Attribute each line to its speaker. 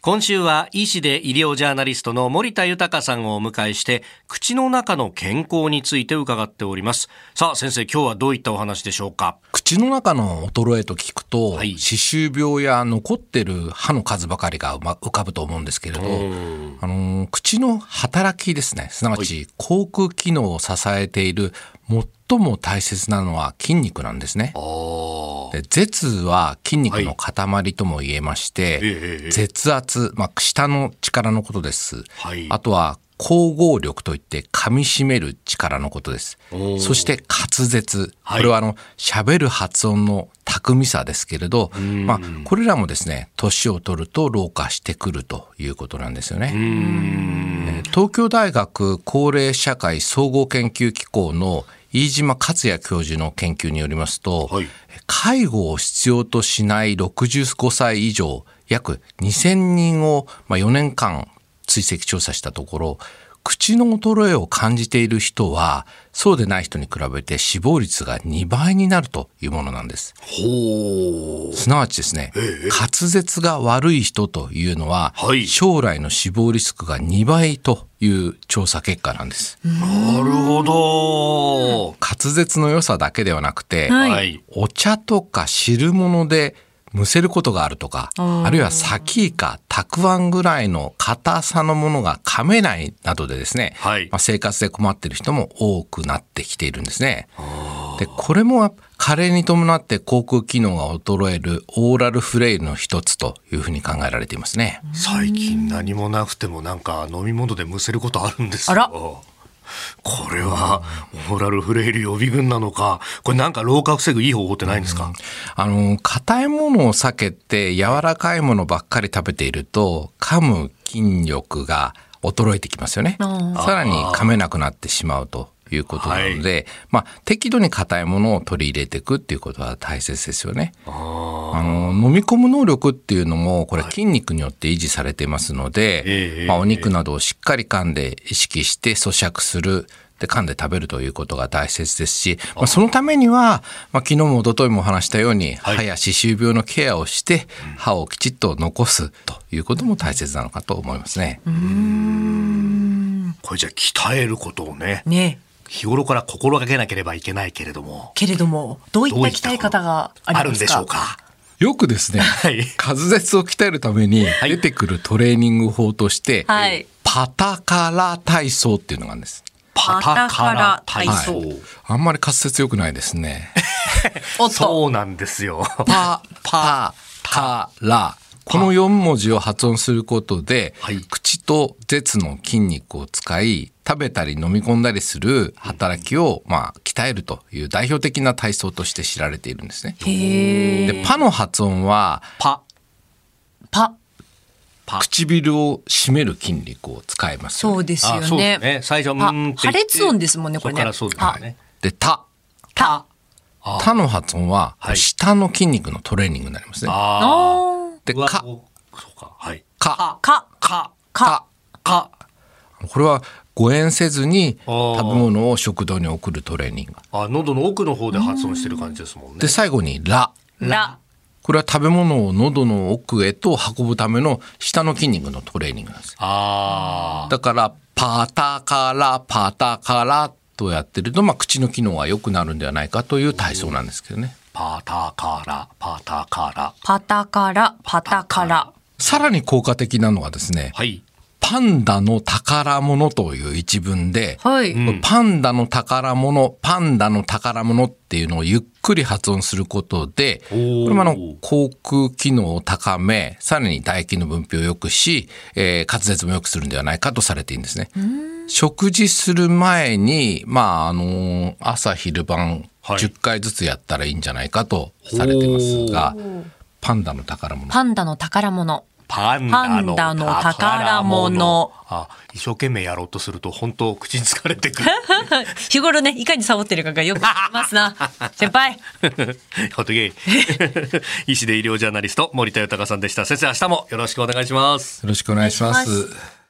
Speaker 1: 今週は医師で医療ジャーナリストの森田豊さんをお迎えして口の中の健康について伺っておりますさあ先生今日はどういったお話でしょうか
Speaker 2: 口の中の衰えと聞くと、
Speaker 1: はい
Speaker 2: 歯周病や残ってる歯の数ばかりがま浮かぶと思うんですけれど、あのー口の働きですねすなわち口腔機能を支えている最も大切なのは筋肉なんですね。で舌は筋肉の塊とも言えまして、
Speaker 1: えええ
Speaker 2: 舌圧、まあ、下の力のことです、
Speaker 1: はい
Speaker 2: あとは咬合力といって噛み締める力のことですそして滑舌、
Speaker 1: はい
Speaker 2: これはあの喋る発音の巧みさですけれど、まあ、これらもですね年を取ると老化してくるということなんですよね。えー東京大学高齢社会総合研究機構の飯島克也教授の研究によりますと、
Speaker 1: はい
Speaker 2: 介護を必要としない65歳以上約2000人を、まあ、4年間追跡調査したところ口の衰えを感じている人はそうでない人に比べて死亡率が2倍になるというものなんです。
Speaker 1: ほう
Speaker 2: すなわちですね、滑舌が悪い人というのは、
Speaker 1: はい
Speaker 2: 将来の死亡リスクが2倍という調査結果なんです。
Speaker 1: なるほど
Speaker 2: 滑舌の良さだけではなくて、
Speaker 3: はい
Speaker 1: はい
Speaker 2: お茶とか汁物でむせることがあるとか、あるいはサキイカ、たくあんぐらいの硬さのものが噛めないなどでですね、
Speaker 1: はい
Speaker 2: まあ、生活で困っている人も多くなってきているんですね。で、これも加齢に伴って口腔機能が衰えるオーラルフレイルの一つというふうに考えられていますね。
Speaker 1: 最近何もなくてもなんか飲み物でむせることあるんですよ
Speaker 3: あら
Speaker 1: これはオーラルフレイル予備軍なのかこれなんか老化防ぐいい方法ってないんですか、
Speaker 2: あの、硬いものを避けて柔らかいものばっかり食べていると、噛む筋力が衰えてきますよね。
Speaker 3: あ
Speaker 2: さらに噛めなくなってしまうということなので、まあ、適度に硬いものを取り入れていくっていうことは大切ですよね。あの、飲み込む能力っていうのも、これ筋肉によって維持されていますので、
Speaker 1: ええ
Speaker 2: まあ、お肉などをしっかり噛んで意識して咀嚼する。で噛んで食べるということが大切ですし、まあ、そのためには、まあ、昨日も一昨日もお話したように、
Speaker 1: はい
Speaker 2: 歯や歯周病のケアをして歯をきちっと残すということも大切なのかと思いますね。
Speaker 1: これじゃあ鍛えることをね
Speaker 3: ーね
Speaker 1: 日頃から心がけなければいけないけれども
Speaker 3: けれどもどういった
Speaker 1: どういった
Speaker 3: 鍛え方があ
Speaker 1: あ
Speaker 3: り
Speaker 1: る
Speaker 3: ま
Speaker 1: ん
Speaker 3: す
Speaker 1: でしょ
Speaker 3: か
Speaker 1: うか
Speaker 2: よくですね、
Speaker 1: はい
Speaker 2: 滑舌を鍛えるために
Speaker 1: い
Speaker 2: 出てくるトレーニング法として、
Speaker 3: はい
Speaker 2: パタカラ体操っていうのがあるんです。
Speaker 1: パタカラ体
Speaker 3: パタカラ体
Speaker 1: 操、
Speaker 3: 操
Speaker 2: あんまり滑舌良くないですね。
Speaker 3: おっと
Speaker 1: そうなんですよ
Speaker 2: パ、パ、タ、ラ。この4文字を発音することで、
Speaker 1: はい
Speaker 2: 口と舌の筋肉を使い、食べたり飲み込んだりする働きを、まあ、鍛えるという代表的な体操として知られているんですね。
Speaker 3: へえ
Speaker 2: で、パの発音は、
Speaker 1: パ
Speaker 3: パ
Speaker 1: あ
Speaker 2: 唇を締める筋肉を使いますよね、
Speaker 3: そうですよ
Speaker 1: あそうで
Speaker 3: ね
Speaker 1: すね最初はう
Speaker 3: パ
Speaker 1: ーんって言って
Speaker 3: 破裂音ですもんねこれね
Speaker 1: そからそうですよね
Speaker 2: で、た。
Speaker 3: タ
Speaker 2: 他の発音は
Speaker 1: は、い
Speaker 2: 下の筋肉のトレーニングになりますね。
Speaker 1: ああ
Speaker 3: あ
Speaker 2: で、か、
Speaker 1: そうかはい
Speaker 2: か、
Speaker 3: か
Speaker 1: か
Speaker 2: か
Speaker 3: か。
Speaker 1: か
Speaker 2: これは、誤嚥せずに、
Speaker 1: あー
Speaker 2: 食べ物を食道に送るトレーニング。
Speaker 1: あ喉の奥の方で発音してる感じですもんね
Speaker 2: で、最後に、ら。
Speaker 3: ラ
Speaker 2: これは食べ物を喉の奥へと運ぶための下の筋肉のトレーニングなんです。
Speaker 1: あ
Speaker 2: だから、パタカラ、パタカラとやってると、まあ、口の機能が良くなるんではないかという体操なんですけどね。
Speaker 1: パタカラパタカラ
Speaker 3: パタカラパタカラ
Speaker 2: さらに効果的なのはですね、
Speaker 1: はい
Speaker 2: パンダの宝物という一文で、
Speaker 3: はい、
Speaker 1: ん
Speaker 2: パンダの宝物、パンダの宝物っていうのをゆっくり発音することで、こ
Speaker 1: おー
Speaker 2: れもあの、口腔機能を高め、さらに唾液の分泌を良くし、えー滑舌も良くするんではないかとされているんですね。食事する前に、まあ、あのー朝昼晩、
Speaker 1: はい
Speaker 2: 10回ずつやったらいいんじゃないかとされてますが、パンダの宝物。
Speaker 3: パンダの宝物
Speaker 1: パン
Speaker 3: パ
Speaker 1: ダ
Speaker 3: ン
Speaker 1: の
Speaker 3: ダの宝
Speaker 1: 宝物
Speaker 3: 物
Speaker 1: あ一生懸命やろうとすると本当口に疲れてくる
Speaker 3: 日頃ねいかにサボってるかがよくわかりま すな先輩
Speaker 1: ホットゲ イ医師で医療ジャーナリスト森田豊さんでした先生明日もよろしくお願いします
Speaker 2: よろしくお願いしま
Speaker 3: お願い
Speaker 2: す。